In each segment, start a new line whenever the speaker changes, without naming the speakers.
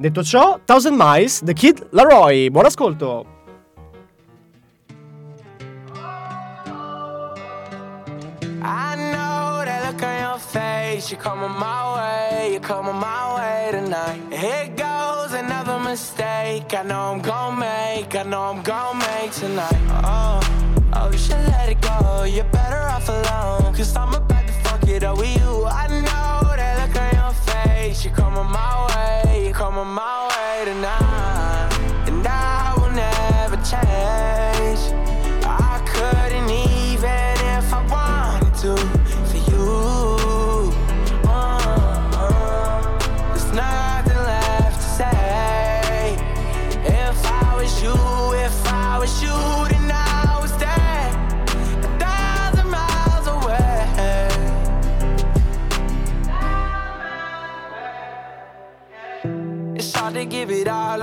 Detto ciò, Thousand Miles, The Kid Laroi. Buon ascolto!
I know that look on your face. You're coming my way, you're coming my way tonight. Here goes another mistake. I know I'm gonna make, I know I'm gonna make tonight. Oh, oh, you should let it go. You're better off alone, cause I'm about to fuck it up with you. I know that look on your face. You're coming my way, you're coming my way tonight. And I will never change. I couldn't even if I wanted to for you. Uh, uh, there's nothing left to say. If I was you, if I was you, then I would stay a thousand miles away. It's hard to give it all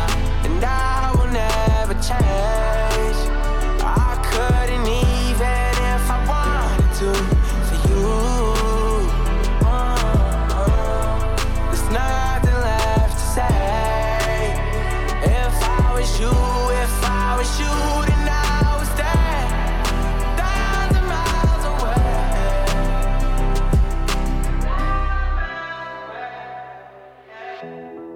And I will never change. I couldn't even if I wanted to for you. Uh, uh, there's nothing left to say. If I was you, if I was you, then I would stay a thousand miles away.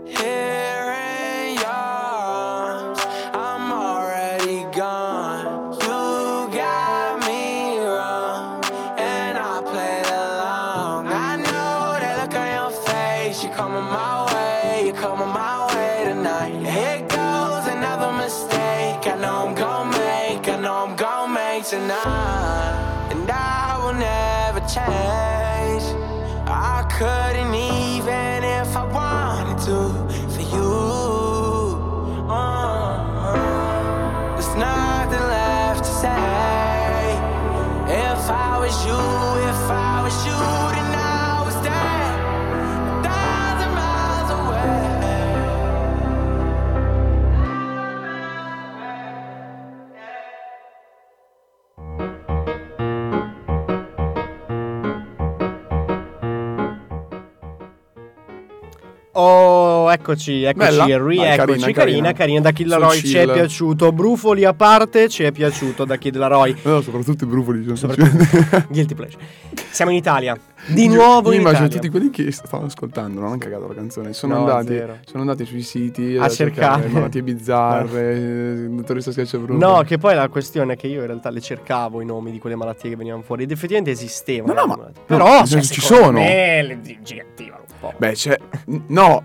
Here in your arms, I'm already gone. You got me wrong, and I played along. I know that look on your face. You're coming my way, you're coming my way tonight. Here goes another mistake. I know I'm gonna make, I know I'm gonna make tonight, and I will never change. I couldn't even if I wanted to for you. Uh, there's nothing left to say. If I was you, if I was you, then I was dead, a thousand miles away.
Oh, eccoci, eccoci,
Bella.
rieccoci. Carina,
Dai, carina,
carina,
carina.
da Kid Laroi
Sul
ci è
chill.
piaciuto. Brufoli a parte, ci è piaciuto da Kid Laroi.
No, soprattutto i brufoli. cioè, sono-
Guilty pleasure. Siamo in Italia. Di nuovo
Io
in
immagino
Italia.
tutti quelli che stavano ascoltando, non hanno cagato la canzone. Sono,
No, zero.
andati, sono andati sui siti
A cercare.
malattie bizzarre, eh, dottoressa schiacciabrufoli.
No, che poi la questione è che io in realtà le cercavo i nomi di quelle malattie che venivano fuori ed effettivamente esistevano.
No, no, ma-
le malattie.
no,
Però
nel
cioè,
senso, ci
secondo
sono.
me le DG attivano un po'.
Beh, c'è. No!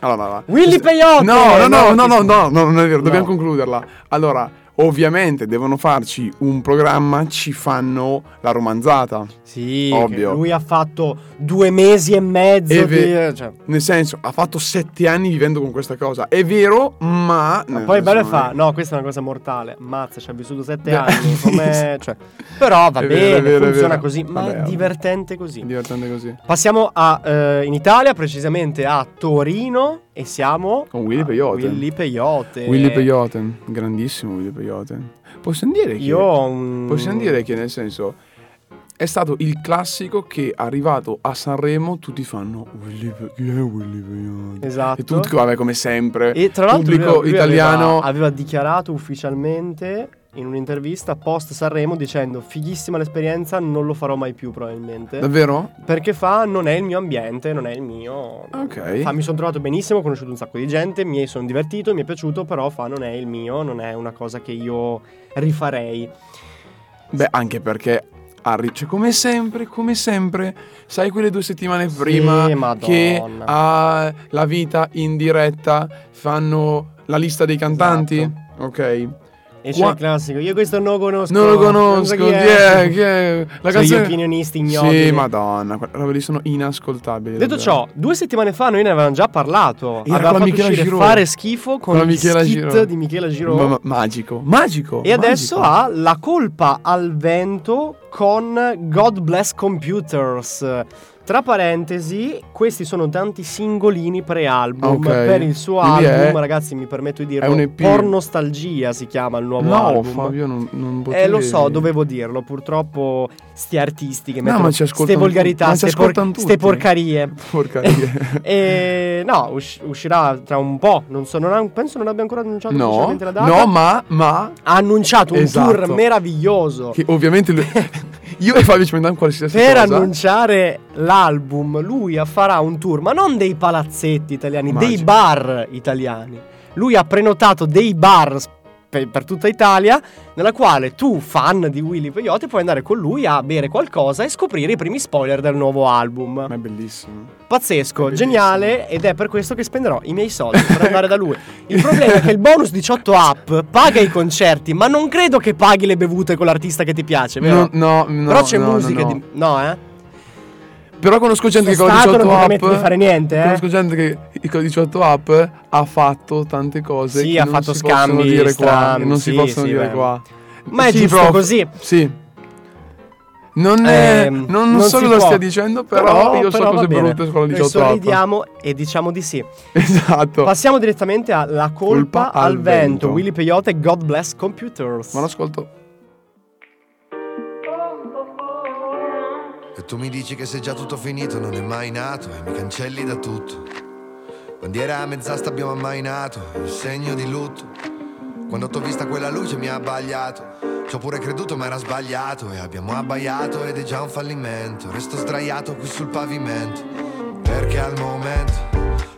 Allora, va, va.
Willy Peyote!
No, no, no,
No,
no, no,
ti-
no, no, non è vero, dobbiamo
No.
concluderla. Allora, ovviamente devono farci un programma, ci fanno la romanzata.
Sì,
Ovvio.
che lui ha fatto due mesi e mezzo
E ve-
di... Cioè,
Nel senso, ha fatto sette anni vivendo con questa cosa. È vero, ma.
ma
nel
poi
senso,
bello
Eh, non
fa,
è-
no, questa è una cosa mortale. Mazza, ci ha vissuto sette
Beh,
anni.
sì,
Come...
sì.
cioè, però va
È
bene,
vero, è vero, è
funziona
vero.
così, ma
Vabbè,
è
vabbè.
divertente così.
È divertente così.
Passiamo a, eh, in Italia, precisamente a Torino e siamo...
Con Willy
a
Peyote.
Willy Peyote.
Willy Peyote, grandissimo Willy Peyote. Possiamo dire che.
Io mm. ho un...
Possiamo dire che, nel senso. È stato il classico che arrivato a Sanremo tutti fanno Willy Pe- chi è Willy Peyote?
Esatto.
E tutti, vabbè, come sempre.
E tra l'altro
pubblico
lui- lui
italiano.
aveva, aveva dichiarato ufficialmente in un'intervista post Sanremo dicendo fighissima l'esperienza, non lo farò mai più probabilmente.
Davvero?
perché fa non è il mio ambiente, non è il mio.
Ah, Ok.
Fa, mi sono trovato benissimo, ho conosciuto un sacco di gente, mi sono divertito, mi è piaciuto, però fa non è il mio, non è una cosa che io rifarei.
Beh, anche perché. Harry, cioè, come sempre, come sempre, sai quelle due settimane prima
Madonna.
che a la vita in diretta fanno la lista dei cantanti?
Esatto.
Ok.
E E c'è
Qua-
il classico. Io questo non lo conosco.
Non lo conosco,
so
chi è? Chi è? La
Sono gli
canzone...
opinionisti ignoti.
Sì, madonna, quelle robe lì sono inascoltabili.
Detto
davvero.
ciò, due settimane fa noi ne avevamo già parlato.
Era
avevamo
con la
fatto
Michela
uscire
Girò.
fare schifo con
Con la
il
Michela
skit
Girò.
di Michela Giro.
Ma- ma- magico, magico.
e adesso
magico.
ha la colpa al vento con God Bless Computers. Tra parentesi, questi sono tanti singolini pre-album
Ok.
per il suo
Quindi è-
album, ragazzi, mi permetto di dirlo,
un EP.
Pornostalgia si chiama il nuovo
No,
album.
Fabio, non, non
Eh, lo
potevi.
so, dovevo dirlo. Purtroppo, sti artisti che mettono
ma ci
queste
ascoltano
volgarità,
tutti, ma ci
ste, por-
ascoltano tutti.
ste porcarie.
Porcaria.
e no, usci- uscirà tra un po'. Non so, non ha- penso non abbia ancora annunciato
no,
ufficialmente la data.
no, ma, ma,
ha annunciato un tour
Esatto.
meraviglioso
che ovviamente lui- io e Fabio ci mandiamo qualsiasi
per
cosa.
annunciare l'album, lui farà un tour, ma non dei palazzetti italiani, dei
Immagino.
bar italiani. Lui ha prenotato dei bar sp- per, per tutta Italia, nella quale tu, fan di Willy Peyote, puoi andare con lui a bere qualcosa e scoprire i primi spoiler del nuovo album.
Ma è bellissimo.
Pazzesco,
Bellissimo.
geniale ed è per questo che spenderò i miei soldi per andare da lui. Il problema è che il bonus 18 app paga i concerti, ma non credo che paghi le bevute con l'artista che ti piace, vero?
No, no, no,
Però c'è
no, no,
musica
no.
di... No, eh?
Però conosco gente
Sono
che con la
stato, non
18
ti
app
permette di fare niente, eh.
Conosco gente che con la 18 app ha fatto tante cose
Sì,
che
ha
non
fatto
si possono
scambi
dire qua,
strani,
che non
sì,
si possono
sì,
dire
beh.
qua.
Ma è
Sì,
giusto
prof,
così.
Sì. Non, è,
Ehm,
non, Eh, non so
si
cosa
può.
stia dicendo, però, io so
però va
cose
bene.
brutte con la 18
Noi
app.
sorridiamo e diciamo di sì.
Esatto.
Passiamo direttamente a La colpa,
Colpa al
al vento.
vento.
Willy Peyote e God Bless Computers.
Ma l'ascolto.
E tu mi dici che se già tutto finito non è mai nato e mi cancelli da tutto. Bandiera a mezz'asta abbiamo ammainato, il segno di lutto. Quando t'ho vista quella luce mi ha abbagliato. Ci ho pure creduto ma era sbagliato e abbiamo abbaiato ed è già un fallimento. Resto sdraiato qui sul pavimento perché al momento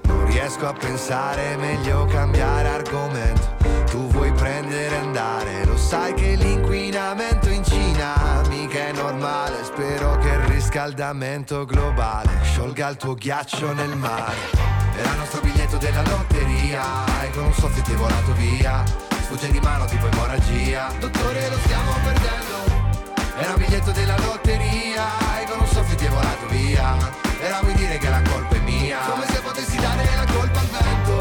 non riesco a pensare, è meglio cambiare argomento. Tu vuoi prendere e andare, lo sai che l'inquinamento in Cina mica è normale. Spero che il riscaldamento globale sciolga il tuo ghiaccio nel mare. Era il nostro biglietto della lotteria E con un soffio ti è volato via Sfugge di mano tipo emorragia Dottore lo stiamo perdendo Era un biglietto della lotteria E con un soffio ti è volato via Era vuoi dire che la colpa è mia Come se potessi dare la colpa al vento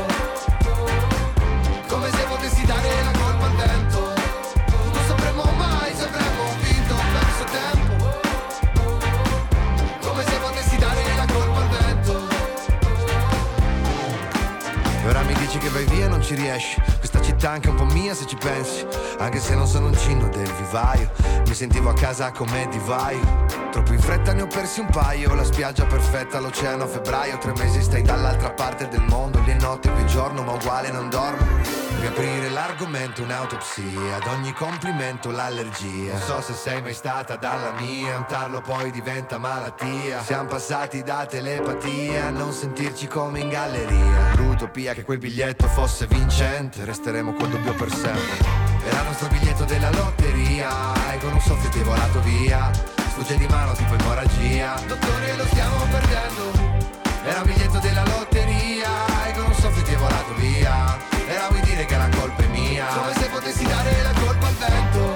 Come se potessi dare la colpa al vento Non sapremmo mai se avremmo vinto o perso tempo Come se potessi dare la colpa al vento e ora mi dici che vai via e non ci riesci Questa città è anche un po' mia se ci pensi Anche se non sono un cigno del vivaio Mi sentivo a casa come divaio Troppo in fretta ne ho persi un paio La spiaggia perfetta, l'oceano a febbraio Tre mesi stai dall'altra parte del mondo Le notti qui giorno ma uguale non dormo Riaprire l'argomento, un'autopsia Ad ogni complimento l'allergia Non so se sei mai stata dalla mia Un tarlo poi diventa malattia Siamo passati da telepatia a Non sentirci come in galleria L'utopia che quel biglietto fosse vincente Resteremo col dubbio per sempre era il nostro biglietto della lotteria E con un soffio ti è volato via Sfugge di mano tipo emorragia Dottore lo stiamo perdendo Era il biglietto della lotteria E con un soffio ti è volato via Era vuoi dire che la colpa è mia Come se potessi dare la colpa al vento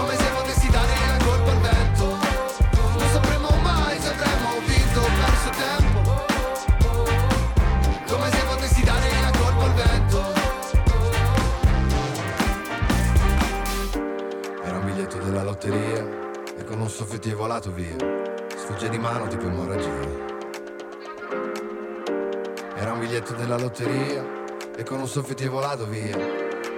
Come se potessi dare la colpa al vento Non sapremmo mai se avremmo vinto o perso tempo Come se potessi dare la colpa al vento Era un biglietto della lotteria e con un soffio ti è volato via. Sfugge di mano tipo emorragia. Era un biglietto della lotteria e con un soffio ti è volato via.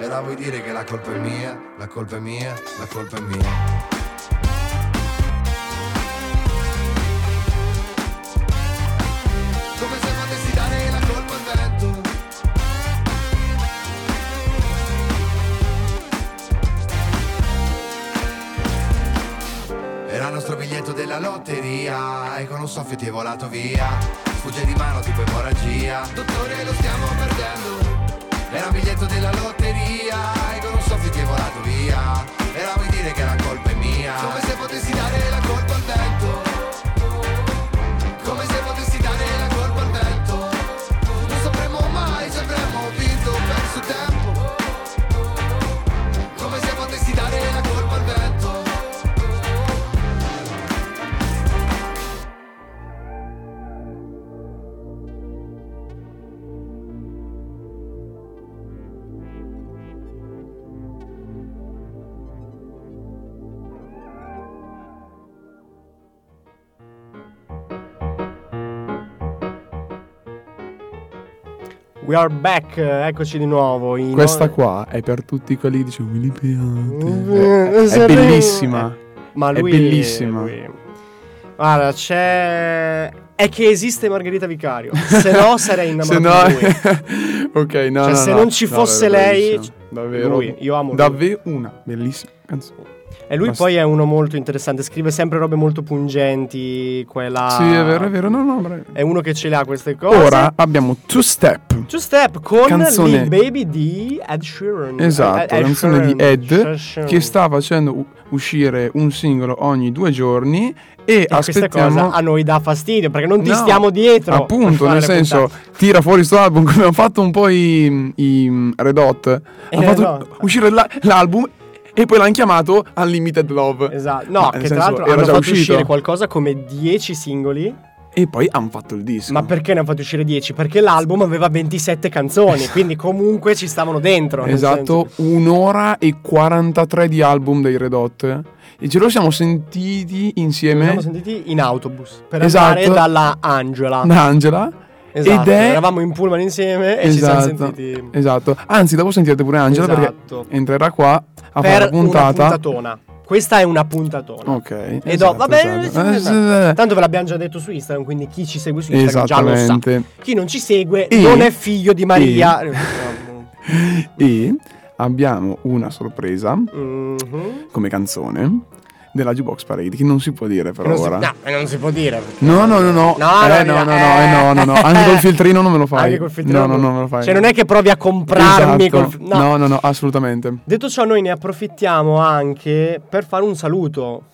Era vuoi dire che la colpa è mia, la colpa è mia, la colpa è mia. Come se potessi dare la colpa al vento. Era il nostro biglietto della lotteria ecco, E con un soffio ti è volato via Sfugge di mano tipo emorragia Dottore lo stiamo perdendo Era il biglietto della lotteria ecco, E con un soffio ti è volato via Era vuoi dire che la colpa è mia Come se potessi dare la colpa al vento Come se potessi dare la colpa al vento Non sapremmo mai se avremmo vinto o perso tempo
We are back, eh, eccoci di nuovo. in-
Questa qua è per tutti quelli che dicono Willy
Mm,
Peante. Eh, È,
se
è
arrivi-
bellissima.
Ma
è
lui
bellissima.
lui- Guarda, c'è. È che esiste Margherita Vicario. Se no, sarei
Se
innamorato
no,
di lui.
ok, no,
Cioè,
no,
se
no.
non ci
No,
fosse
è
lei,
bellissimo. davvero,
lui, io amo lui.
davvero una bellissima canzone.
E lui
Basta.
poi è uno molto interessante. Scrive sempre robe molto pungenti. Quella.
Sì, è vero, è vero. No, no, bravo.
È uno che ce le ha queste cose.
Ora abbiamo Two Step.
Two Step con
Canzone-
Lil Baby di Ed Sheeran.
Esatto,
Ed
la canzone di
Sheeran.
Ed
Sheeran.
che sta facendo u- uscire un singolo ogni due giorni e,
E questa
aspettiamo
cosa a noi dà fastidio perché non ti
No,
stiamo dietro. per
Appunto,
fare
nel
le
senso,
puntate.
tira fuori sto album come hanno fatto un po' i, i mm, Red Hot. Hanno
Eh,
fatto
no.
uscire la- l'album e poi l'hanno chiamato Unlimited Love.
Esatto. No,
Ma
che
Eh,
tra
nel senso,
l'altro
era
hanno
già
fatto
uscito.
uscire qualcosa come 10 singoli.
E poi hanno fatto il disco.
Ma perché ne hanno fatto uscire 10? Perché l'album aveva 27 canzoni, quindi comunque ci stavano dentro. nel senso.
Esatto, un'ora e 43 di album dei Red Hot. E ce lo siamo
Ci
sentiti insieme
siamo sentiti in autobus per
Esatto.
andare dalla Angela.
da Angela.
Esatto.
Ed è...
Eravamo in pullman insieme e Eh, ci siamo sentiti
esatto. Anzi, dopo sentirete pure Angela
Esatto.
perché entrerà qua a fare
per
la puntata.
una puntatona. Questa è una puntatona.
Ok.
E
esatto,
do, vabbè,
esatto.
eh,
Eh,
tanto ve l'abbiamo già detto su Instagram, quindi chi ci segue su Instagram già lo sa.
Esattamente.
Chi non ci segue
E-
non è figlio di Maria.
E abbiamo una sorpresa
Mhm.
come canzone della Jukebox Parade che non si può dire per
Non si-
ora.
no, eh, non si può dire. perché-
No, no, no, no. Eh, no, no, no, eh, no, no, no. Anche col filtrino non me lo fai.
Anche col filtrino.
No, no, no, me lo fai.
Cioè, non è che provi a comprarmi
Esatto.
col fi-
no. no, no, assolutamente.
Detto ciò, noi ne approfittiamo anche per fare un saluto.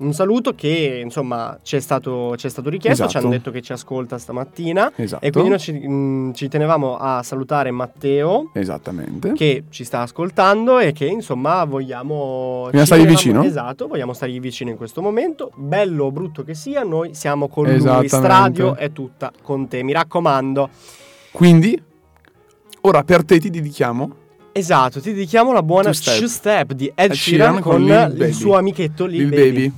Un saluto che, insomma, ci è stato, ci è stato richiesto, ci
Esatto.
hanno detto che ci ascolta stamattina.
Esatto.
E quindi noi ci, mh, ci tenevamo a salutare Matteo,
Esattamente.
che ci sta ascoltando e che, insomma, vogliamo...
Vogliamo
ci
stargli
tenevamo-
vicino?
Esatto, vogliamo stargli vicino in questo momento. Bello o brutto che sia, noi siamo con lui.
Esattamente.
Stradio è tutta con te, mi raccomando.
Quindi ora per te ti dedichiamo
Esatto, ti dedichiamo la buona
Two Step.
Two Step di Ed
Ed
Sheeran
Sheeran
con,
con Lil
il
Baby.
suo amichetto Lil,
il
Baby.
baby.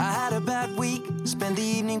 I had a bad week, spent the evening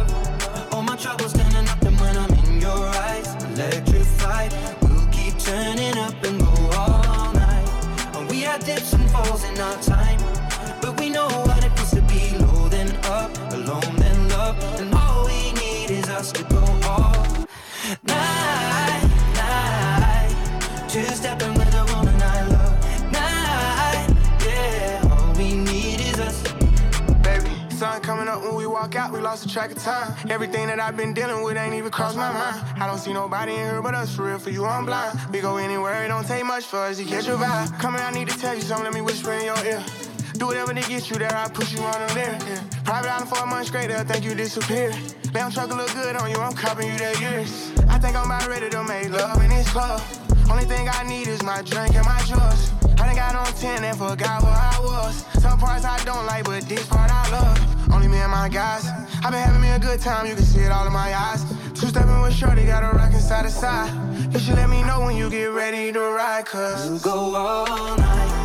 All my troubles done and nothing when I'm in your eyes. Electrified, we'll keep turning up and go all night. And we had dips and falls in our time, but we know what it feels to be low then up, alone then loved, and all we need is us to go all night, night. Two stepping with a woman I love, night, yeah. All we need is us.
baby. Sun coming up when we walk out, we lost the track of time. Everything that I've been dealing with ain't even crossed my mind. I don't see nobody in here but us, for real, for you, I'm blind. We go anywhere, it don't take much for us to catch your vibe. Come here, I need to tell you something, let me whisper in your ear. Do whatever to get you there, I push you on a lyric. Yeah. Private island for a month straight, they'll think you disappeared. Damn truck look good on you, I'm copying you that years. I think I'm about ready to make love in this club. Only thing I need is my drink and my drugs. I done got on 10 and forgot where I was. Some parts I don't like, but this part I love. Only me and my guys. i been having me a good time, you can see it all in my eyes. Two stepping with Shorty, got a rockin' side to side. You should let me know when you get ready to ride, cause.
We'll go all night.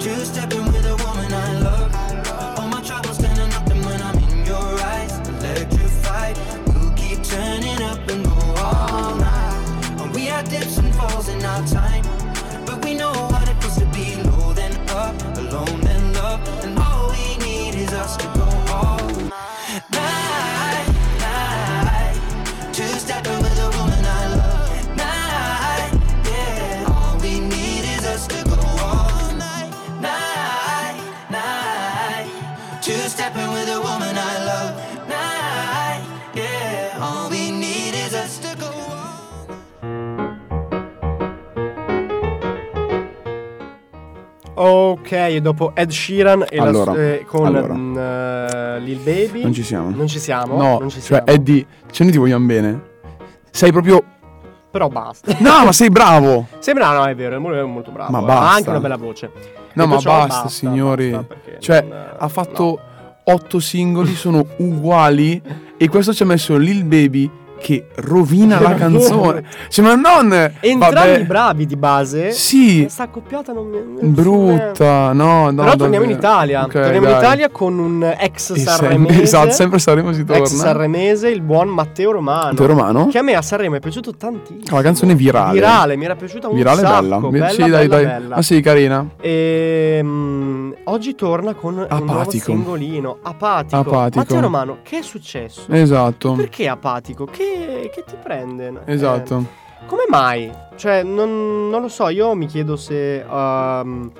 Two stepping with a woman I love. All my troubles turning nothing when I'm in your eyes. Electrified, we'll keep turning up and go all night. And we had dips and falls in our time, but we know what it feels to be low then up, alone then loved, and all we need is us to go all night, night. Two stepping with a woman I love. Night, yeah. All we need is us to go all night, night, night. Two stepping with a woman I love.
Ok, e dopo Ed Sheeran e
Allora,
la, eh, con
allora.
mm, eh, Lil Baby.
Non ci siamo.
Non ci siamo.
No,
non ci
cioè
siamo.
Eddie, cioè noi ti vogliamo bene. Sei proprio...
Però basta.
No, ma sei bravo!
Sembra, no, è vero, è molto, è molto bravo.
Ma
eh,
basta.
Ha anche una bella voce.
No,
Detto
ma
ciò,
basta, signori.
basta, perché
Cioè,
non-
ha fatto otto singoli, sono uguali. E questo ci ha messo Lil Baby che rovina la canzone. Cioè, ma non.
Entrambi
vabbè.
bravi di base. Eh,
Sì,
Sta accoppiata non mi.
brutta. No, no.
Però torniamo in
davvero.
Italia.
Ok,
torniamo in
dai.
Italia con un ex
E sempre-
sanremese.
Esatto, sempre Sanremo si torna.
Ex sanremese, il buon Matteo Romano.
Matteo Romano.
Che a me a Sanremo è piaciuto tantissimo.
Ah, La canzone virale.
Virale, mi era piaciuta un
Virale
sacco.
bella.
Bella,
sì, dai,
bella,
dai.
bella.
Ah, sì, carina.
Ehm, oggi torna con un nuovo
Apatico.
singolino. Apatico.
Apatico.
Matteo Romano, che è successo?
Esatto.
Perché apatico? Che, che ti prende?
Esatto.
Eh, come mai? Cioè, non, non lo so, io mi chiedo se... ehm,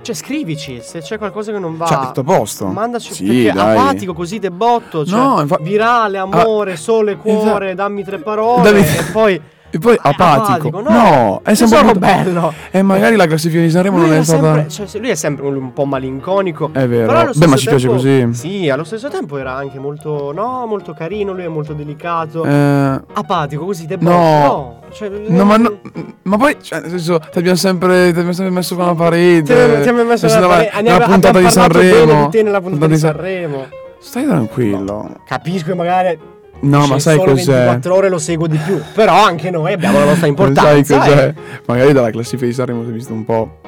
cioè, scrivici se c'è qualcosa che non va.
Cioè, tutto a posto.
Mandaci
Sì,
perché
dai.
apatico così de botto, cioè,
No, infa-
virale, amore,
Ah,
sole, cuore,
esatto.
dammi tre parole
Dammi-
e poi
E poi
Ah, è
apatico.
apatico, no.
è
Io
sempre
sono
brutto.
bello.
E magari la classifica di Sanremo
lui,
non
era
è stata.
sempre, cioè, se- lui è sempre un, un po' malinconico.
È vero.
Però allo
Beh,
stesso
ma ci piace
tempo-
così.
Sì, allo stesso tempo era anche molto, no, molto carino, lui è molto delicato.
Eh,
Apatico così, de
No.
botto. No, cioè,
no, ma, no- ma poi, cioè, nel senso, ti abbiamo sempre, ti abbiamo sempre messo con la parete.
Ti abbiamo- ti abbiamo messo
Questa
nella
è
parete, ne
la
abbiamo-
puntata di
abbiamo parlato
Sanremo.
bene di te nella puntata di
San-
Sanremo.
Stai tranquillo.
Capisco che magari
No,
c'è
ma sai
solo
cos'è?
24 ore lo seguo di più, però anche noi abbiamo la nostra importanza.
Sai cos'è?
eh.
Magari dalla classifica di Sanremo si è visto un po'.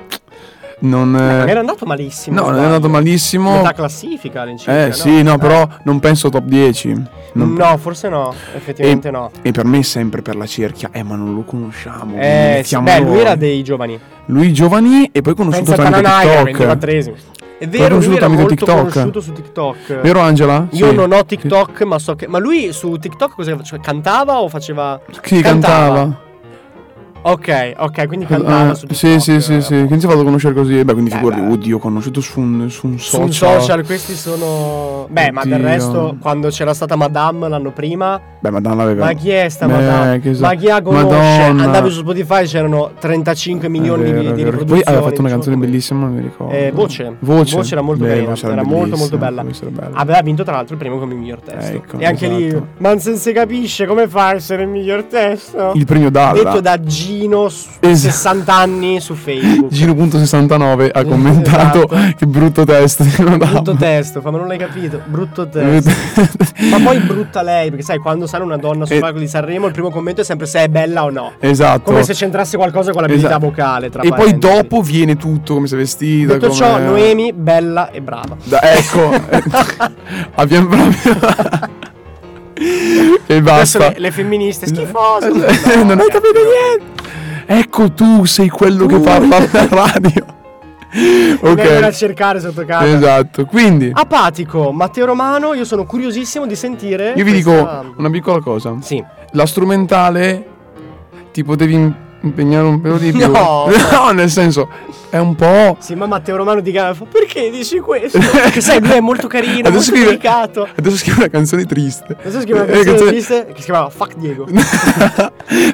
Non.
Ma
eh,
non era andato malissimo.
no, non è
sbaglio.
andato malissimo.
Metà classifica all'incirca.
Eh sì, no, però non penso top 10. Non-
No, forse no, effettivamente
e,
no.
E per me è sempre per la cerchia. Eh, ma non lo conosciamo. non
Eh, sì,
mettiamo
beh, lui
noi.
era dei giovani.
Lui giovani e poi conosciuto
Pensa a
tramite
Tananaier,
TikTok.
24esimo. È vero, lui
conosciuto
era
tramite
molto
TikTok.
conosciuto su TikTok.
Vero Angela?
Io
Sì.
non ho TikTok, ma so che. Ma lui su TikTok cosa faceva? Cioè, cantava o faceva.
Sì, cantava.
Ok, ok, quindi cantava
Eh,
su TikTok.
sì, sì, sì, sì.
eh,
Quindi si è fatto conoscere così. Beh, quindi
Eh,
figurati,
beh.
oddio, conosciuto su un, su un
Su
social.
social questi sono. Beh, ma del
Oddio.
resto, quando c'era stata Madame l'anno prima,
Beh, Madonna l'aveva.
Ma chi è sta
Beh,
Madonna?
che so-
Ma chi la conosce?
Madonna.
Andavi su Spotify c'erano 35 milioni
È
di-
vero,
di,
è vero. Poi
riproduzioni.
aveva fatto una canzone
diciamo.
bellissima, non mi ricordo.
Eh, Voce.
Voce.
Voce era molto
Beh,
bella,
Voce
era molto, molto
bellissima,
bella.
Voce era bella.
Aveva vinto tra l'altro il primo come miglior testo.
Ecco,
e anche lì,
esatto.
Manson si capisce come fa a essere il miglior testo.
Il premio Dalla.
Detto da Gino, su-
Esatto.
60 anni, su Facebook.
Giro.69 ha commentato
Esatto.
che brutto testo. di Madonna.
Brutto testo, fa, ma non l'hai capito. Brutto testo. Ma poi brutta lei, perché sai, quando sale una donna sul
Eh.
palco di Sanremo, il primo commento è sempre se è bella o no.
Esatto.
Come se c'entrasse qualcosa con l'abilità
Esatto.
vocale. Tra
E poi
parentesi.
dopo viene tutto come si è vestita.
Detto
come-
ciò, Noemi, bella e brava.
Da- ecco, abbiamo proprio. e
Adesso
basta.
le, le femministe schifose.
Eh, non hai capito niente. Ecco tu sei quello che parla alla radio.
Vengono a
ok.
cercare sotto casa.
Esatto. Quindi
Ah, Apatico, Matteo Romano, io sono curiosissimo di sentire.
io vi dico
questa-
una piccola cosa.
Sì.
La strumentale ti potevi impegnare un pelo di più.
No.
No, nel senso è un po'
Sì, ma Matteo Romano di Gaffa, perché dici questo? Che sai, lui è molto carino, molto
Adesso scrive-
delicato.
Adesso scrive una canzone triste.
Adesso scrive una
Eh,
canzone triste che si chiamava Fuck Diego.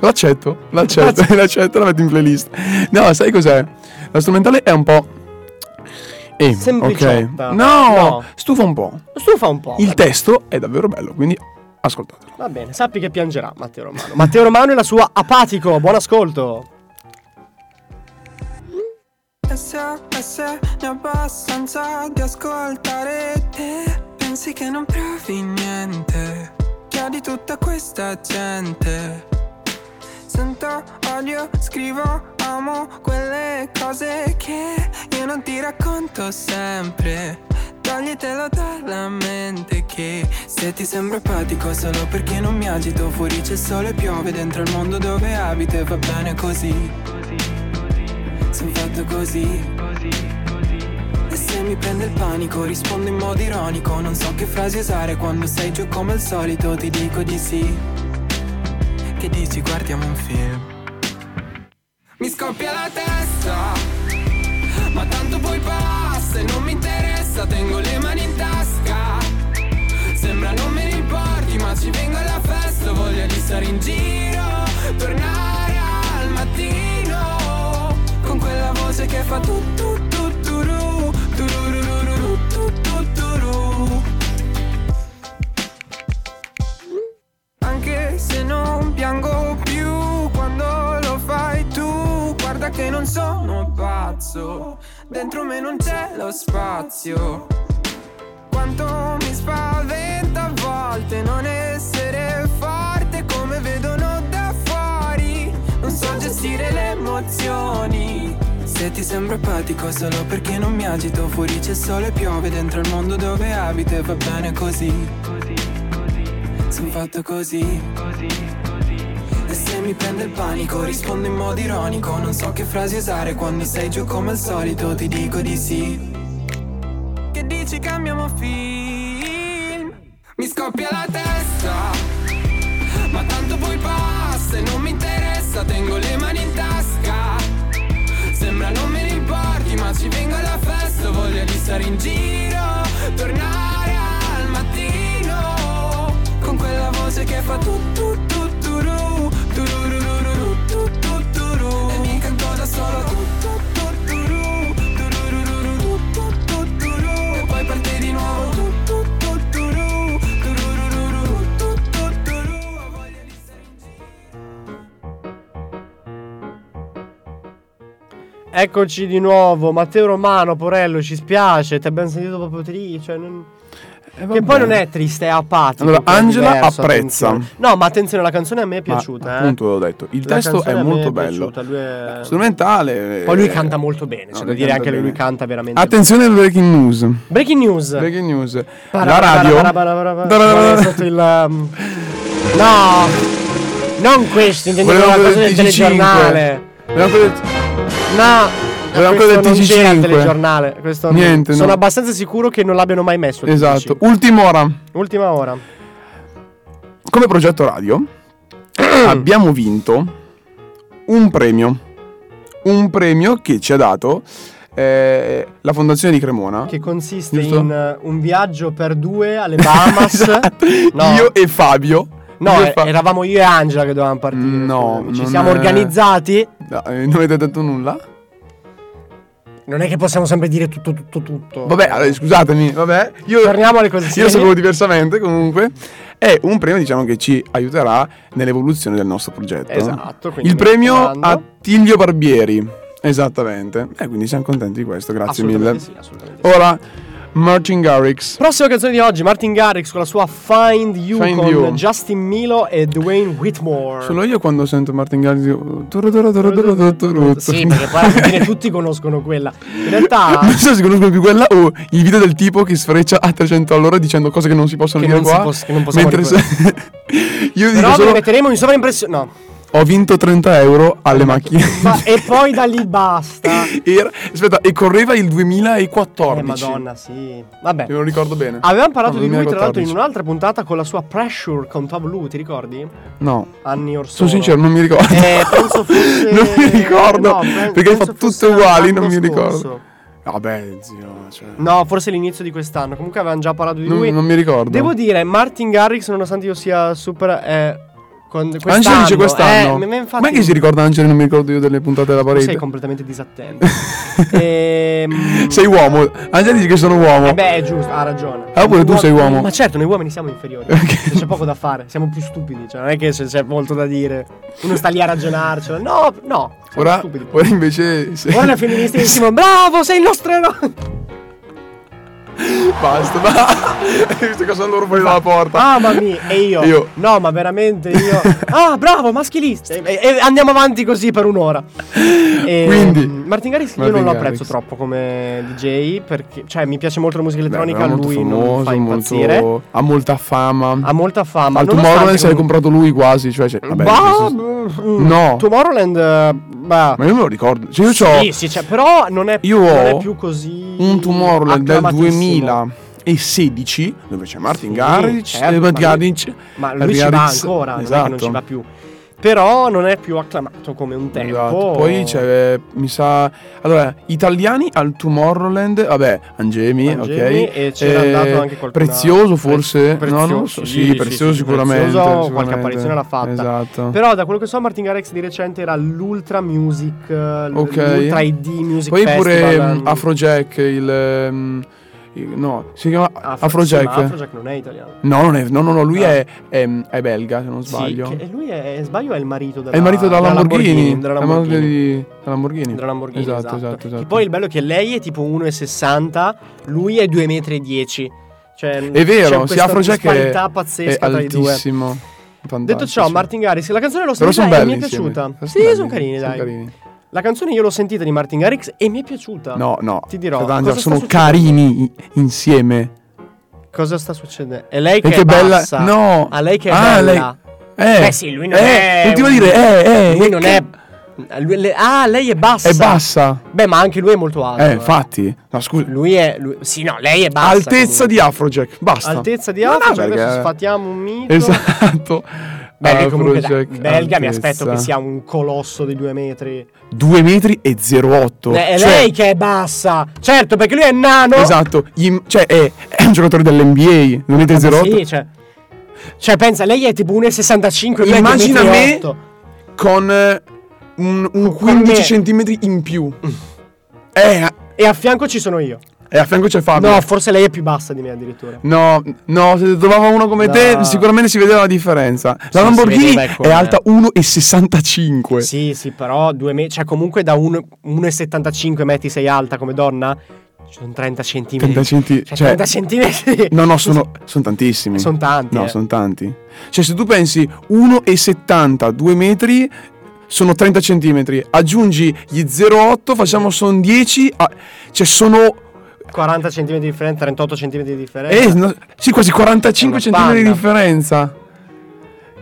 l'accetto, l'accetto, l'accetto, la metto in playlist. No, sai cos'è? La strumentale è un po'. Eh,
Sempliciotta.
ok. No,
No.
stufa un po'.
Stufa un po'.
Il testo è davvero bello, quindi ascoltatelo.
Va bene, sappi che piangerà Matteo Romano. Matteo Romano e la sua Apatico, buon ascolto.
SOS ne ho abbastanza di ascoltare te Pensi che non provi niente Chiedi tutta questa gente Sento odio, scrivo, amo quelle cose che io non ti racconto sempre Toglitelo dalla mente che se ti sembra apatico solo perché non mi agito Fuori c'è sole e piove dentro il mondo dove abito e va bene così sono fatto così E se mi prende il panico rispondo in modo ironico Non so che frasi usare quando sei giù come al solito Ti dico di sì Che dici guardiamo un film Mi scoppia la testa ma tanto poi passa e non mi interessa, tengo le mani in tasca. Sembra non me ne importi, ma ci vengo alla festa, ho voglia di stare in giro, tornare al mattino. Con quella voce che fa tu tu tu non sono pazzo, dentro me non c'è lo spazio. Quanto mi spaventa a volte non essere forte come vedono da fuori. Non so gestire le emozioni. Se ti sembro apatico solo perché non mi agito, fuori c'è sole e piove dentro il mondo dove abito e va bene così. Sono fatto così. E se mi prende il panico rispondo in modo ironico Non so che frasi usare quando sei giù come al solito Ti dico di sì Che dici cambiamo film Mi scoppia la testa ma tanto poi passa e non mi interessa, tengo le mani in tasca. Sembra non me ne importi, ma ci vengo alla festa, ho voglia di stare in giro, tornare al mattino. Con quella voce che fa tu tu tu tu ru, tu ru ru ru ru ru, tu tu tu ru. E mica ancora solo tu tu tu tu ru, tu ru ru ru ru ru, tu tu tu ru. E poi parte di nuovo tu tu tu tu ru, tu ru ru ru ru ru, tu tu tu ru. Ho voglia di stare in giro.
Eccoci di nuovo, Matteo Romano, Porello, ci spiace, ti abbiamo sentito proprio triste. Cioè non-
Eh,
Che
vabbè.
poi non è triste, è apatico.
Allora,
che è
Angela
diverso,
apprezza.
attenzione. No, ma attenzione, la canzone a me è
Ma,
piaciuta. eh.
appunto, l'ho detto. Il
La
testo
canzone
è
a me
molto bello.
piaciuta, lui è-
Strumentale.
Poi lui
eh,
canta molto bene,
no,
c'è da
lui
dire
canta
anche che lui
bene.
canta veramente
Attenzione al breaking news.
bene. Breaking news.
Breaking news. La
Parabara-
radio.
parabara- parabara-
Parabara-
No, è stato il, um, No! Non questo, intendevo
Volevamo
la cosa
vedere
del
il TG5.
telegiornale.
Volevamo vedere-
No!
Volevamo
questo
vedere il
non c'era il
TG5.
telegiornale. Questo non-
Niente, no.
Sono abbastanza sicuro che non l'abbiano mai messo. il
Esatto.
TG5.
Ultima ora.
Ultima ora.
Come progetto radio abbiamo vinto un premio. Un premio che ci ha dato eh, la Fondazione di Cremona.
Che consiste
Giusto?
in eh, un viaggio per due alle Bahamas.
Esatto.
No.
Io e Fabio.
No,
Io e
eh,
Fa-
eravamo io e Angela che dovevamo partire.
No,
scusami. ci
non
siamo
è-
organizzati.
No, eh, non avete detto nulla?
Non è che possiamo sempre dire tutto, tutto, tutto.
Vabbè, allora, scusatemi, vabbè. Io,
Torniamo alle cose
Io
serie.
sapevo diversamente, comunque. È un premio, diciamo, che ci aiuterà nell'evoluzione del nostro progetto.
Esatto, quindi
Il
mi
premio
raccomando.
a Tiglio Barbieri. Esattamente. E quindi siamo contenti di questo, grazie
Assolutamente
mille.
sì, assolutamente sì.
Ora, Martin Garrix.
Prossima canzone di oggi, Martin Garrix con la sua Find You
Find
con
You.
Justin Milo e Dwayne Whitmore.
Solo io quando sento Martin Garrix dico... "Turu, turu, turu, turu, turu, turu".
Sì, perché poi alla fine tutti conoscono quella. In realtà
Non so se conoscono più quella o il video del tipo che sfreccia a 300 all'ora dicendo cose che non si possono
Che
dire
non si
qua.
poss- che non possiamo
mentre se- Io dico
però ve
solo
le metteremo in sovraimpressione. No.
ho vinto 30 euro alle macchine.
Ma- e poi da lì basta. Eh,
Era- aspetta, e correva il 2014.
Madonna, Ah, sì. Vabbè.
Io non ricordo bene.
Avevamo parlato
No,
di lui, tra l'altro,
2014.
in un'altra puntata con la sua pressure con Tom Lu, ti ricordi?
No,
Anni or
sono
sono.
sincero, non mi ricordo.
Eh, penso fosse- eh,
non mi ricordo.
no, pe-
perché
penso
fa
fosse
tutte uguali, non mi
l'anno
ricordo.
scorso.
Vabbè, zio, cioè...
No, forse l'inizio di quest'anno. Comunque avevamo già parlato di
non,
lui.
non mi ricordo.
Devo dire, Martin Garrix, nonostante io sia super. Eh, con, quest'anno,
Angelo dice quest'anno.
Eh, ma- ma infatti,
Ma è che si ricorda Angelo non mi ricordo io delle puntate della
tu
parete?
sei completamente disattento. Ehm,
Sei uomo. Angelo dice che sono uomo.
eh beh, è giusto, ha ragione.
Ah, pure tu sei uomo.
Ma certo, noi uomini siamo inferiori. Cioè,
Ok.
C'è poco da fare, siamo più stupidi. Cioè, non è che c'è, c'è molto da dire. Uno sta lì a ragionarcelo. No, no. Siamo
ora,
stupidi.
ora invece... se-
Ora la femminista dissimo, bravo, sei il nostro eroe.
Basta, ma... Hai visto cosa loro fuori dalla porta?
Mamma mia, e io,
Io.
No, ma veramente io. Ah, bravo, maschilista. E, e andiamo avanti così per un'ora. E,
Quindi,
mm, Martin Garrix io
Martin
non lo
Garrix.
apprezzo troppo come DJ. Perché, cioè, mi piace molto la musica
Beh,
elettronica.
era molto
lui non
famoso,
fa
molto-
impazzire.
Ha molta fama.
Ha molta fama.
Al
nonostante
Tomorrowland se l'hai
comunque-
comprato lui quasi. Cioè, cioè, vabbè,
Bah,
nel senso-
mm,
No.
Tomorrowland. eh, bah.
ma io me lo ricordo. Cioè, io c'ho
Sì, sì, cioè, però non è,
Io
non è
ho
più così.
un Tomorrowland del
acclamatissimo.
2016 dove c'è Martin
Sì,
Garrix,
certo,
eh,
ma lui-
Garrix,
Ma lui
Martin
ci va
Garrix,
ancora, non è che non
esatto.
ci va più. Però non è più acclamato come un tempo.
Esatto. Poi c'è, mi sa, allora, italiani al Tomorrowland, vabbè, Angemi,
Angemi,
ok. Eh,
e c'era andato anche qualcun altro.
Prezioso forse?
Pre-
no, non lo
Prezioso,
so.
sì,
Sì,
sì,
prezioso
sì, sì,
sicuramente.
Prezioso qualche
sicuramente.
apparizione l'ha fatta.
Esatto.
Però da quello che so Martin Garrix di recente era l'Ultra Music, l-
Ok.
l'Ultra ID Music
Poi pure
Festival.
mm, Afrojack, il, mm, No, si chiama
Afro-
Afrojack.
sì, ma Afrojack non è italiano.
No, non è, no, no, no, lui
Ah.
è, è- è belga, se non sbaglio.
Sì, che- e lui è, sbaglio, è il marito della
è il marito della
della
Lamborghini.
Della
È il
Lamborghini.
marito di- della Lamborghini.
Della Lamborghini,
Esatto,
esatto.
esatto, esatto.
Che poi il bello è che lei è tipo 1,60, lui è 2,10 m. Cioè,
È
c'è
vero, si
questa
Afrojack è,
disparità
è
pazzesca tra i due.
altissimo.
Detto ciò,
Fantastico.
Martin Garrix, la canzone l'ho
Però
sentita
sono
e
belli
mi è
insieme.
piaciuta.
Sono
Sì,
belli,
sono carini, dai.
carini.
La canzone io l'ho sentita di Martin Garrix e mi è piaciuta.
No, no.
Ti dirò, cosa
Fratello Angelo,
sta
sono
succedendo?
carini i- insieme.
Cosa sta succedendo? È lei che,
E che
è
bella.
bassa.
No.
A lei che è
Ah,
bella.
Eh.
Beh, sì, lui non
eh,
è
Ultimo
un-
dire, eh, eh.
Lui
eh,
non
che-
è lui- le- Ah, lei è bassa.
È bassa.
Beh, ma anche lui è molto alto.
Eh, infatti. No, scusa.
Lui è lui- Sì, no, lei è bassa.
Altezza
comunque.
di Afrojack. Basta.
Altezza di
No, no,
alto, cioè
perché-
adesso sfatiamo un mito.
Esatto.
Beh, che comunque dai,
Afrojack,
belga mi
altezza.
aspetto che sia un colosso di due metri.
2 metri e 08.
Beh, è
Cioè,
lei che è bassa. Certo, perché lui è nano.
Esatto, gli- cioè è, è un giocatore dell'NBA, 2 metri e
Vabbè,
08.
Sì, cioè. Cioè, pensa, lei è tipo 1,65 lui è
Immagina
2,8
me con eh, un,
Con
un 15
me. Mm.
centimetri in più. Eh,
E a fianco ci sono io.
e a fianco c'è Fabio.
No, forse lei è più bassa di me addirittura.
No, no, se trovava uno come
No.
te, sicuramente si vedeva la differenza. La
si
Lamborghini
vedeva, ecco,
è
eh.
alta 1,65.
Sì, sì, però due me- Cioè, comunque da un- 1,75 metri sei alta come donna. Ci sono 30 centimetri.
30 centi-
Cioè,
cioè-
30 centimetri.
No, no, sono, sono tantissimi.
Sono tanti.
No,
eh.
sono tanti. Cioè, se tu pensi 1,70, 2 metri sono 30 centimetri. Aggiungi gli 0,8, facciamo sono 10. ah, cioè, sono
40 centimetri di differenza, 38 centimetri di differenza.
eh, no, sì, quasi 45
È una
centimetri di
panda.
differenza.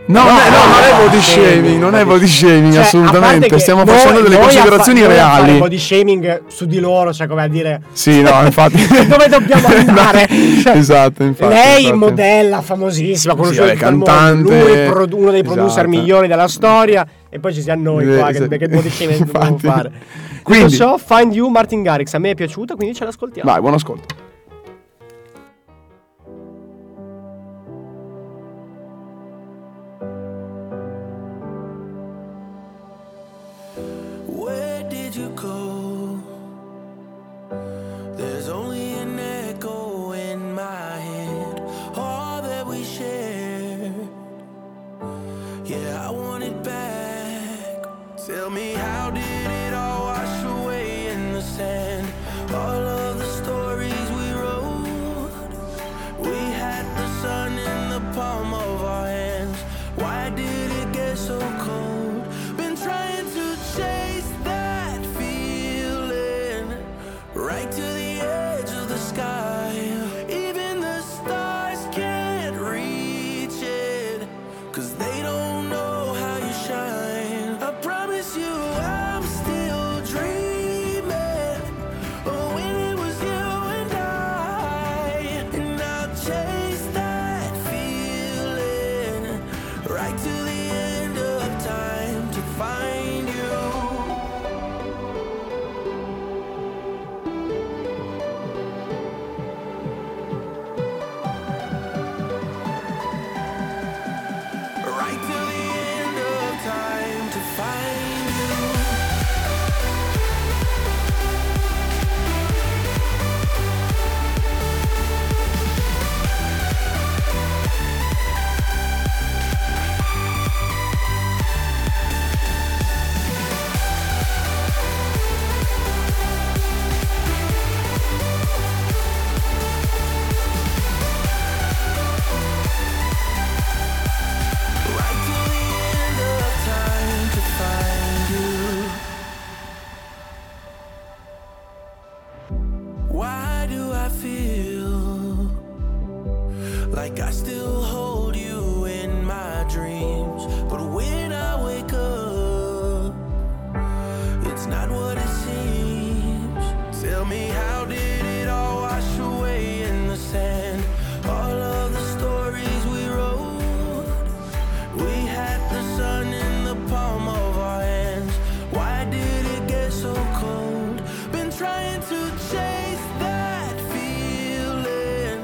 No, no,
No,
no, non è
no,
body
no,
shaming,
shaming,
non è
body
body shaming,
Cioè, a parte
assolutamente.
che
Stiamo
noi-
facendo
noi
delle
a fa-
considerazioni
noi a fare
reali.
un po' di shaming su di loro, cioè come a dire
Sì, no, infatti.
dove dobbiamo
No,
andare. Cioè,
esatto, infatti.
Lei
infatti.
modella famosissima, conosciuta
vabbè,
in tutto il mondo.
cantante.
lui produ- uno dei producer
Esatto.
migliori della storia e poi ci siamo noi qua
Eh,
che,
sì.
che body shaming dobbiamo
Infatti.
fare. Quindi
Quindi-
Detto ciò, Find You Martin Garrix, a me è piaciuta, quindi ce l'ascoltiamo.
Vai, buon ascolto.
Where did you go? There's only an echo in my head. All that we shared. Yeah, I want it back. Tell me, how did it all wash away in the sand? All of the stories we wrote. We had the sun in the palm of our hands. Why did it get so cold? Been trying to chase that feeling right to the edge of the sky. Even the stars can't reach it, cause they don't know how you shine. I promise you, I'm still dreaming. Oh, when it was you and I, and I'll chase that feeling right to the end of time to find you. Right to the end of time to find you. Right to the end of time to find you. Why do I feel like I still hold you in my dreams? But when I wake up, it's not what it seems. Tell me, how did it all wash away in the sand? All of the stories we wrote. We had the sun in the palm of our hands. Why did it get so cold? Been trying to chase that feeling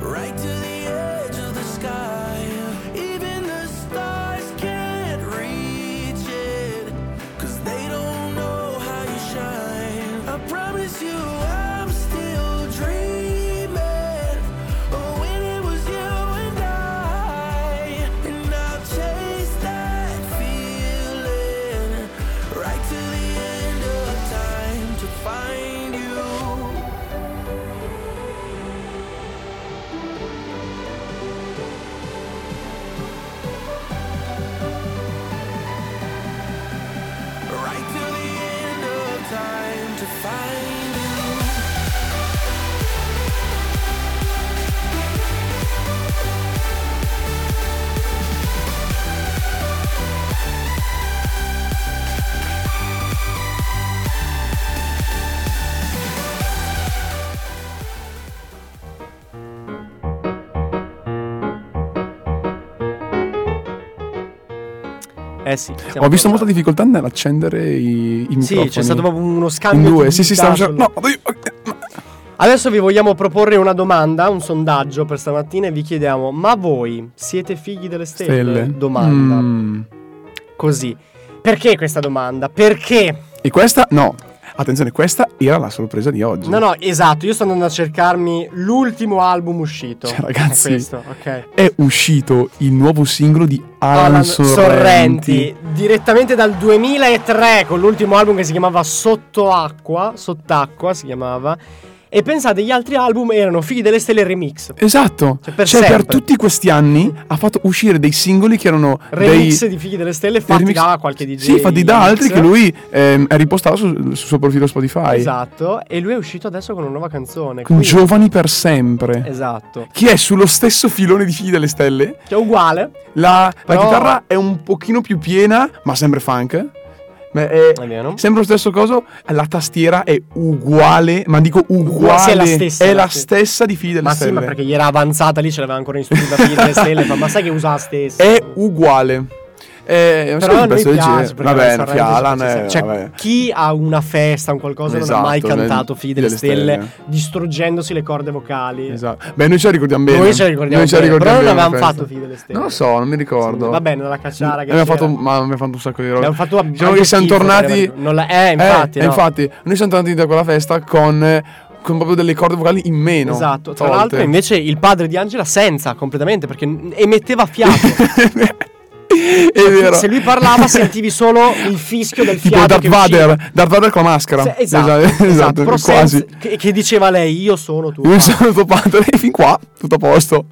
right to the edge of the sky. Even the stars can't reach it, cause they don't know how you shine. I promise you, I'm still dreaming. Oh, to find you.
Eh sì.
Ho visto molta difficoltà nell'accendere i, i microfoni.
Sì, c'è stato proprio uno
In
scambio.
due,
di
sì, sì, stavo
dita
già... No, io-
Adesso vi vogliamo proporre una domanda, un sondaggio per stamattina e vi chiediamo: ma voi siete figli delle stelle?
Stelle.
Domanda.
Mm.
Così. Perché questa domanda? Perché?
E questa, no. Attenzione, questa era la sorpresa di oggi.
No, no, esatto, io sto andando a cercarmi l'ultimo album uscito.
Cioè, ragazzi,
È questo, ok.
È uscito il nuovo singolo di Alan,
Alan
Sorrenti.
Sorrenti, direttamente dal 2003 con l'ultimo album che si chiamava Sottoacqua, Sott'acqua si chiamava. E pensate, gli altri album erano Figli delle Stelle Remix.
Esatto.
Cioè, per
Cioè, per
sempre.
tutti questi anni ha fatto uscire dei singoli che erano
Remix
dei
di Figli delle Stelle fatti
remix-
da qualche DJ.
Sì, fatti da
mix.
altri che lui ehm, ripostava su- sul suo profilo Spotify.
Esatto, e lui è uscito adesso con una nuova canzone.
Con
quindi-
Giovani per sempre.
Esatto.
Che è sullo stesso filone di Figli delle Stelle.
Cioè, uguale.
La, la
Però-
chitarra è un pochino più piena, ma sempre funk. Ma è
È vero.
sempre lo stesso coso. La tastiera è uguale, ma dico uguale.
Sì, è la stessa,
è
la
la
stessa.
stessa di Figli delle
Ma sì,
Stelle.
ma perché gli era avanzata lì, ce l'aveva ancora in studio da Figli delle Stelle. fa, Ma sai che usa la stessa?
È uguale. Eh, È un
Però a noi
pezzo del
piace,
genere.
perché
Vabbè,
Sorrento
no, Fialan
si-
è-
cioè,
vabbè.
chi ha una festa, un qualcosa, non ha mai
Esatto,
cantato Figli delle,
delle
stelle,
stelle.
distruggendosi le corde vocali.
Esatto. Beh, noi ce la ricordiamo bene.
Noi ce la ricordiamo
Noi ce la
bene,
ricordiamo
però non
bene
avevamo
questa.
fatto Figli delle Stelle.
Non lo so, non mi ricordo.
Sì, va bene, la cacciara che
Abbiamo
c'era.
fatto, ma abbiamo fatto un sacco di roba.
Abbiamo fatto ab-
diciamo
anche
che siamo
schifo,
tornati.
perché- non la- eh, infatti,
eh,
no.
infatti, noi siamo tornati da quella festa con, con proprio delle corde vocali in meno.
Esatto, tra
tolte.
l'altro invece il padre di Angela senza completamente perché n- emetteva fiato.
È vero.
Se lui parlava sentivi solo il fischio del
Tipo
fiato
Darth
che usciva.
Vader, Darth Vader con la maschera.
Se- esatto,
esatto,
esatto, però
quasi.
senza- che, che diceva lei io sono tu.
Io sono tuo padre, fin qua, tutto a posto.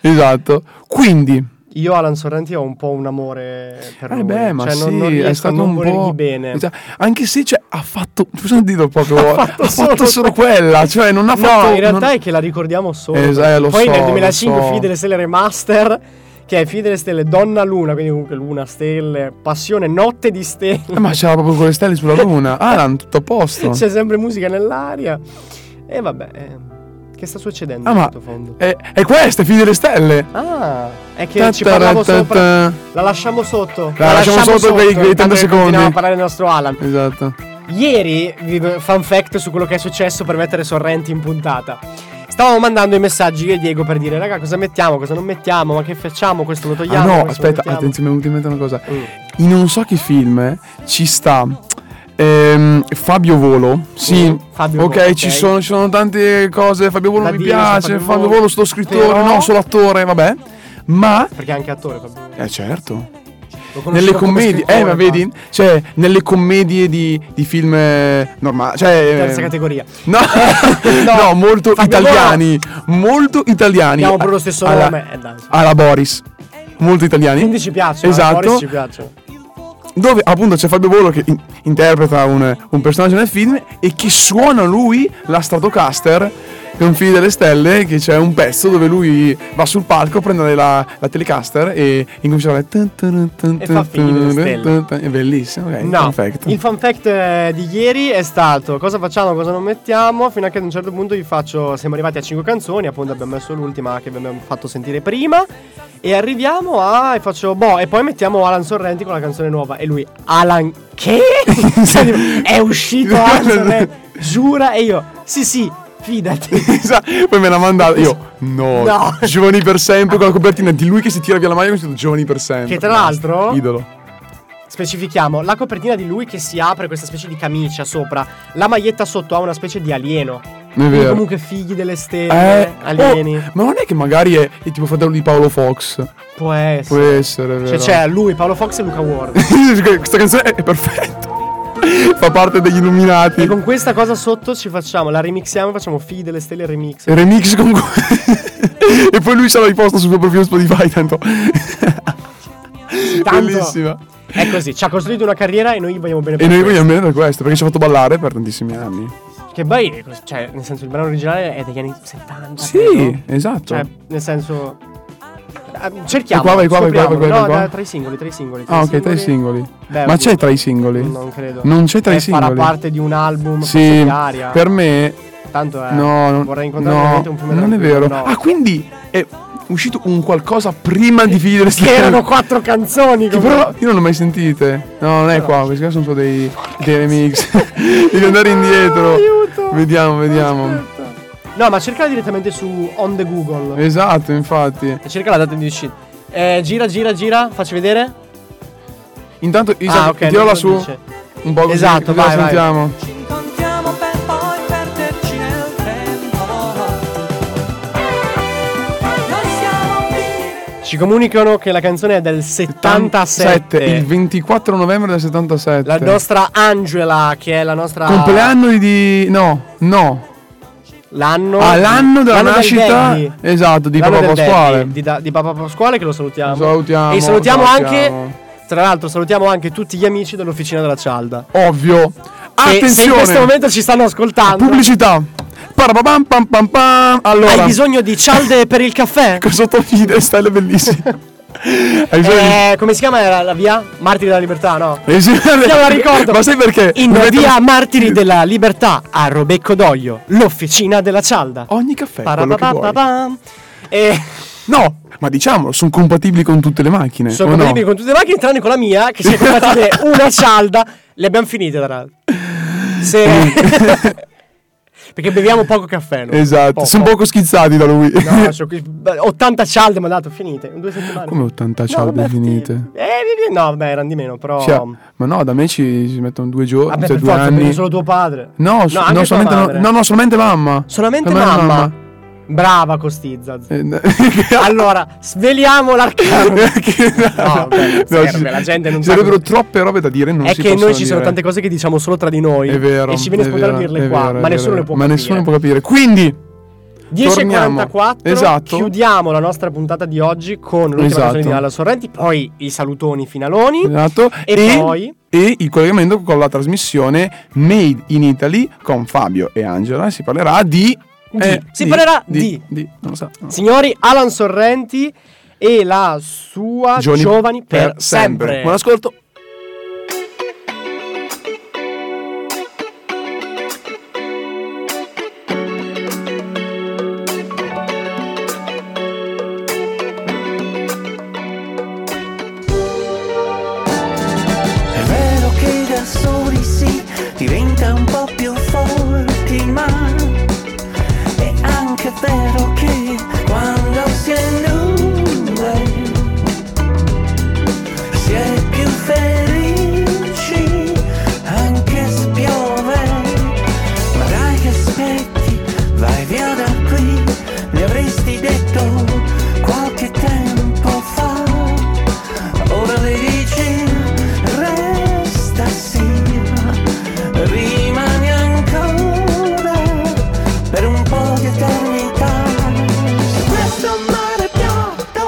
Esatto. Quindi,
Io Alan Sorrenti ho un po' un amore per
eh
lui.
beh, ma
cioè,
sì,
non, non riesco
è stato
a non
un
volergli
po'...
bene.
Esatto. Anche se cioè, ha fatto, possiamo dirlo proprio, ha fatto,
solo-
solo, quella, cioè non ha fatto...
no, in realtà
non-
è che la ricordiamo solo.
Eh,
perché
eh, lo
Poi
so,
nel
lo
2005
so.
Fide delle Stelle Remaster, che è Fide delle Stelle Donna Luna, quindi comunque Luna Stelle, Passione Notte di Stelle.
Eh, Ma c'era proprio con le stelle sulla luna. Alan, tutto a posto.
C'è sempre musica nell'aria. E vabbè, eh, che sta succedendo
Ah,
in
ma
sottofondo?
è, è questa, è figlia delle stelle.
Ah, è che
Ta-
ci parlavo
ta- ta-
sopra.
ta.
La lasciamo sotto.
La lasciamo sotto quei- quei 30
intanto che
secondi.
Continuiamo a parlare del nostro Alan.
Esatto.
Ieri, vi- fun fact su quello che è successo per mettere Sorrenti in puntata. Stavamo mandando i messaggi io e Diego per dire, raga, cosa mettiamo, cosa non mettiamo, ma che facciamo, questo lo
Ah
togliamo.
no,
questo lo
aspetta,
mettiamo."
attenzione, mi è venuta in mente una cosa.
Mm.
In non so che film eh, ci sta ehm, Fabio Volo. Sì,
Mm, Fabio
ok,
Volo,
ci,
ok.
Sono, ci sono tante cose. Fabio Volo
Da
mi
dire su
piace,
Fabio
Fabio
Volo. oh.
Volo, sto scrittore,
Però-
no, solo attore, vabbè. Ma,
Perché è anche attore, Fabio.
eh certo,
Lo conosco
nelle
come
commedie,
scrittore,
eh ma
infatti.
vedi, cioè nelle commedie di, di film normali, cioè...
Terza
ehm,
categoria.
No,
No,
no, molto
Fabio
italiani. Molto italiani.
Abbiamo proprio lo stesso
alla,
nome, eh, dai.
Alla Boris. Molto italiani.
Quindi ci piacciono, eh,
Esatto.
Boris ci piacciono.
Dove appunto c'è Fabio Volo che in- interpreta un, un personaggio nel film e che suona lui la Stratocaster. Che è un figlio delle stelle, che c'è un pezzo dove lui va sul palco, prende la, la telecaster e incomincia a fare.
E fa Figli delle stelle.
È bellissimo, ok.
No,
perfetto.
il fun fact eh, di ieri è stato cosa facciamo, cosa non mettiamo, fino a che ad un certo punto vi faccio, siamo arrivati a 5 canzoni, appunto abbiamo messo l'ultima che vi abbiamo fatto sentire prima e arriviamo a e faccio boh e poi mettiamo Alan Sorrenti con la canzone nuova e lui Alan che? Cioè, è uscito Alan Sorrenti, giura e io sì sì, fidati.
Sa- Poi me l'ha mandata. Io, no,
No.
giovani per sempre. Con la copertina di lui che si tira via la maglia. Con scritto giovani per sempre.
Che tra
Basta.
l'altro-
Idolo.
Specifichiamo, la copertina di lui che si apre questa specie di camicia sopra, la maglietta sotto ha una specie di alieno.
È vero.
Comunque figli delle stelle,
Eh,
alieni.
oh, ma non è che magari è, è tipo fratello di Paolo Fox.
Può
Può
essere.
essere, vero?
Cioè, c'è lui, Paolo Fox e Luca Ward.
Questa canzone è perfetta. Fa parte degli Illuminati.
e con questa cosa sotto ci facciamo, la remixiamo e facciamo Figli delle Stelle remix.
Remix con. e poi lui ce l'ha riposto sul suo profilo Spotify. Tanto.
Tanto
Bellissima.
È così, ci ha costruito una carriera e noi gli vogliamo bene
E
per
noi
questo.
vogliamo bene per questo, perché ci ha fatto ballare per tantissimi anni.
Che poi, cioè, nel senso, il brano originale è degli anni 70. credo.
Sì, esatto.
Cioè, nel senso. Ah, Cerchiamo.
Vai qua, vai qua, vai qua,
scopriamo.
vai qua, vai
No,
qua.
da- tra i singoli, tra i singoli.
ah, ok, tra i singoli.
Beh,
Ma
oddio.
c'è tra i singoli?
Non credo.
Non c'è tra
Eh,
i singoli.
Farà parte di un album forse
Sì,
di aria.
per me
Tanto è.
No, no,
Eh, vorrei incontrare
no,
veramente un più
Non è vero.
No.
Ah, quindi è uscito un qualcosa prima di Figli
che
dell'Esterno.
erano quattro canzoni.
Che
Come...
però io non le ho mai sentite. No, non è qua, questi qua sono solo dei, dei remix. Devi andare indietro.
aiuto.
Vediamo, vediamo.
No, ma cercala direttamente su On the Google.
Esatto, infatti.
E cerca la data di uscita. Eh, gira, gira, gira. Facci vedere.
Intanto Isa,
ah, ok. non
tirola
lo
su
dice.
un po' così,
Esatto,
così
vai,
la
vai.
sentiamo.
Ci incontriamo per poi perderci nel tempo. Noi siamo qui.
Ci comunicano che la canzone è del 77.
Il 24 novembre del 77.
La nostra Angela, che è la nostra.
Compleanno di- di... No, no.
L'anno.
Ah, l'anno della
del
nascita.
Daddy.
Esatto, di
L'anno
Papa
del Daddy,
Pasquale.
Di, da- di Papa Pasquale, che lo salutiamo.
Lo salutiamo,
E salutiamo
lo
anche.
salutiamo.
Tra l'altro, salutiamo anche tutti gli amici dell'Officina della Cialda.
Ovvio.
Che se in
Attenzione.
questo momento ci stanno ascoltando.
Pubblicità. Parababam pam pam pam. Allora.
Hai bisogno di cialde per il caffè?
Sotto video, stelle bellissime. Hai bisogno di-
Eh, come si chiama la, la via? Martiri della libertà, no?
Eh sì,
Io la ricordo.
Ma sai perché?
In
Mi metto-
via Martiri della Libertà a Robecco d'Oglio, l'officina della Cialda.
Ogni caffè è Oh, quello che vuoi.
Parapapapapam. E
No, ma diciamolo, sono compatibili con tutte le macchine.
sono
o no?
compatibili con tutte le macchine, tranne con la mia, che si è compatibile una Cialda. Le abbiamo finite, tra l'altro. Se... Perché beviamo poco caffè, no?
Esatto,
Poco.
sono un poco schizzati da lui.
No, sono qui- beh, 80 cialde mi ha dato, finite, in due settimane.
Come 80
No,
cialde
vabbè,
finite?
sì. Eh, sì, no, vabbè, erano di meno, però...
Cioè, ma no, da me ci, ci mettono due giorni,
Vabbè,
cioè
per
due
forza, prendi
anni.
solo tuo padre.
No, s-
anche
no,
tua
solamente, no,
madre.
no, no, solamente mamma. Eh,
Solamente
Per me
mamma.
era
Brava Costizza.
mamma.
allora, sveliamo l'arcano. No, vabbè, scherzo,
ci-
la gente non
ci
sa
sarebbero
cosa-
troppe robe da dire. Non
è
si
che noi
possono
ci sono
dire.
tante cose che diciamo solo tra di noi.
È vero.
E ci viene
è
spontaneo
vero,
dirle
è
qua,
vero,
ma
è
nessuno
vero.
le può
Ma
capire.
nessuno può capire. Quindi,
10.44
Esatto.
chiudiamo la nostra puntata di oggi con l'ultima
Esatto.
canzone di Dalla Sorrenti, poi i salutoni finaloni.
esatto.
E poi?
e il collegamento con la trasmissione Made in Italy con Fabio e Angela. Si parlerà di. eh,
Di. Si parlerà di.
Non lo so. non lo so.
Signori, Alan Sorrenti e la sua
Giovani
Giovani per, sempre.
Buon ascolto.
È vero che da soli si diventa un po' più forti, ma è anche vero che quando si è in due si è più felici anche se piove. Ma dai che aspetti, vai via da qui, mi avresti detto qualche tempo fa. Ora le dici resta sì, rimani ancora per un po' di eternità. Se questo mare è piatto,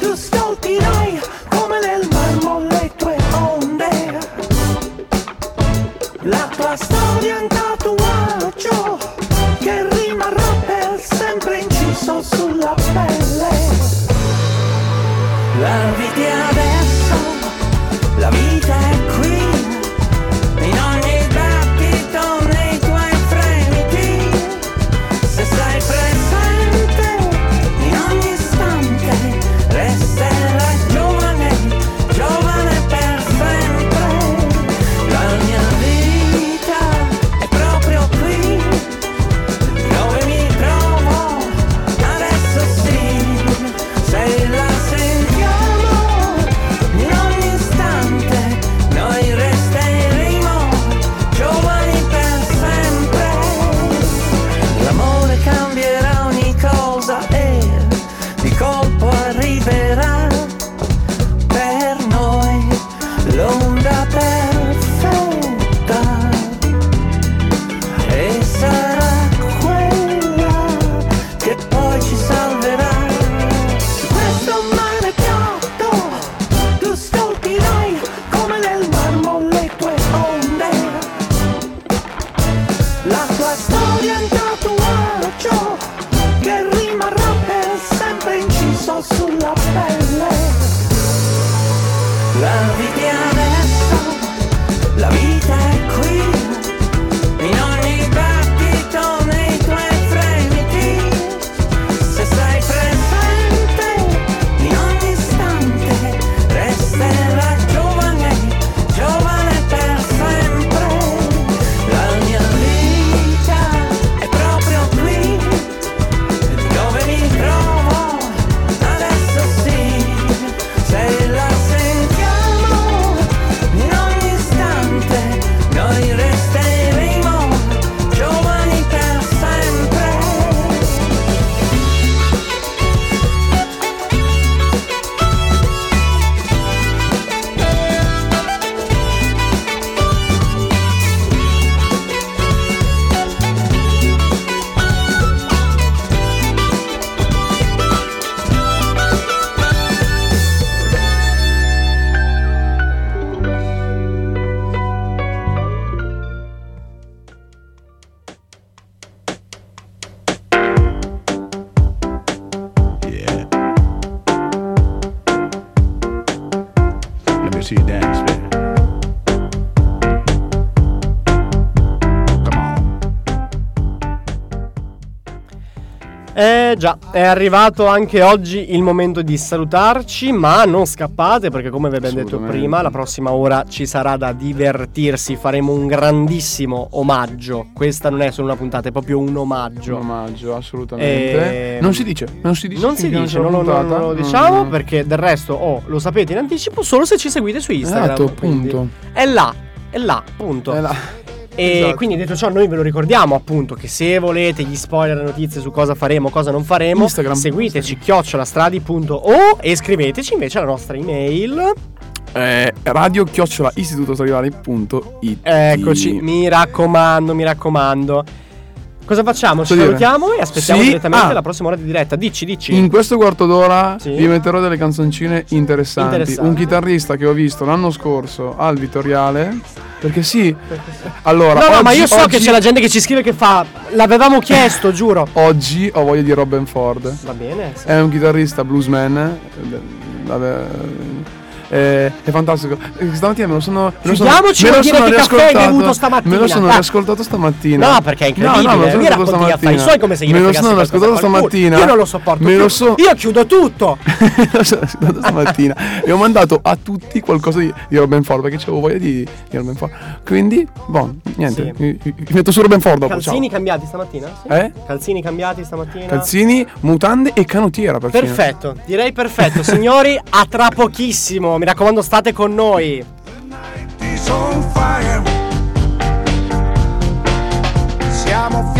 tu scoltirai come nel marmo le tue onde. La tua storia è un tatuaggio che rimarrà per sempre inciso sulla pelle. La vita è adesso, la vita è qui, in ogni battito nei tuoi fremiti, se sei presente, in ogni istante, resterai giovane, giovane per sempre. La mia vita è proprio qui, La tua storia è un tatuaggio che rimarrà per sempre inciso sulla pelle. La vita è adesso, la vita è qui. In ogni battito nei tuoi fremiti se sei presente in ogni istante resterà giovane, giovane per sempre. La mia vita è proprio qui, dove mi trovo adesso sì. Se la sentiamo in ogni istante, noi resteremo giovani per sempre.
Let me see you dance, man. Come on.
Eh già, è arrivato anche oggi il momento di salutarci, ma non scappate perché come vi abbiamo detto
Assolutamente.
prima, la prossima ora ci sarà da divertirsi, faremo un grandissimo omaggio. Questa non è solo una puntata, è proprio un omaggio.
omaggio, assolutamente.
Ehm,
Non si dice, non si dice.
Non si
finché
dice,
c'è la
non lo, non
puntata.
lo diciamo
Mm.
perché del resto oh, lo sapete in anticipo solo se ci seguite su Instagram.
Esatto,
quindi
punto.
È là, è là, punto.
Eh, là.
E
Esatto.
quindi detto ciò noi ve lo ricordiamo appunto che se volete gli spoiler, le notizie su cosa faremo, cosa non faremo,
Instagram.
seguiteci chiocciolastradi.o e scriveteci invece alla nostra email.
Eh, radio chiocciola istitutosalivare.it
Eccoci, mi raccomando, mi raccomando. Cosa facciamo? Ci
Posso dire?
salutiamo e aspettiamo
Sì,
direttamente
ah.
la prossima ora di diretta. Dici, dici.
In questo quarto d'ora
Sì.
vi metterò delle canzoncine interessanti.
Interessanti.
Un chitarrista che ho visto l'anno scorso al Vittoriale. Perché sì. Allora,
No, no, ma
oggi-
io so che
oggi-
c'è la gente che ci scrive che fa. L'avevamo chiesto, giuro.
Oggi ho voglia di Robin Ford.
Va bene. sì.
È un chitarrista bluesman. eh, Vabbè. eh, è fantastico. Eh, Stamattina me lo sono. Me lo sono,
Chiudiamoci,
me lo
vuol dire
sono
che caffè hai
riascoltato-
bevuto stamattina,
Me lo sono
dai.
riascoltato stamattina.
No, perché è incredibile.
No, no, me lo sono
Lui
ascoltato
racconti gli affari
stamattina.
suoi come se gli
Me lo
fregasse
sono
qualcosa
ascoltato
a qualcuno.
stamattina.
Io non lo sopporto.
Me lo
più.
so.
Io chiudo tutto.
Lo sono ascoltato stamattina e ho mandato a tutti qualcosa di, di Robin Ford perché avevo voglia di, di Robin Ford. Quindi, boh, niente.
Sì.
Mi, mi metto su Robin Ford dopo.
Calzini
ciao.
cambiati stamattina? Sì.
Eh?
Calzini cambiati stamattina?
Calzini, mutande e canottiera. perfino.
Perfetto, direi perfetto. Signori, a tra pochissimo. Mi raccomando, state con noi.
Siamo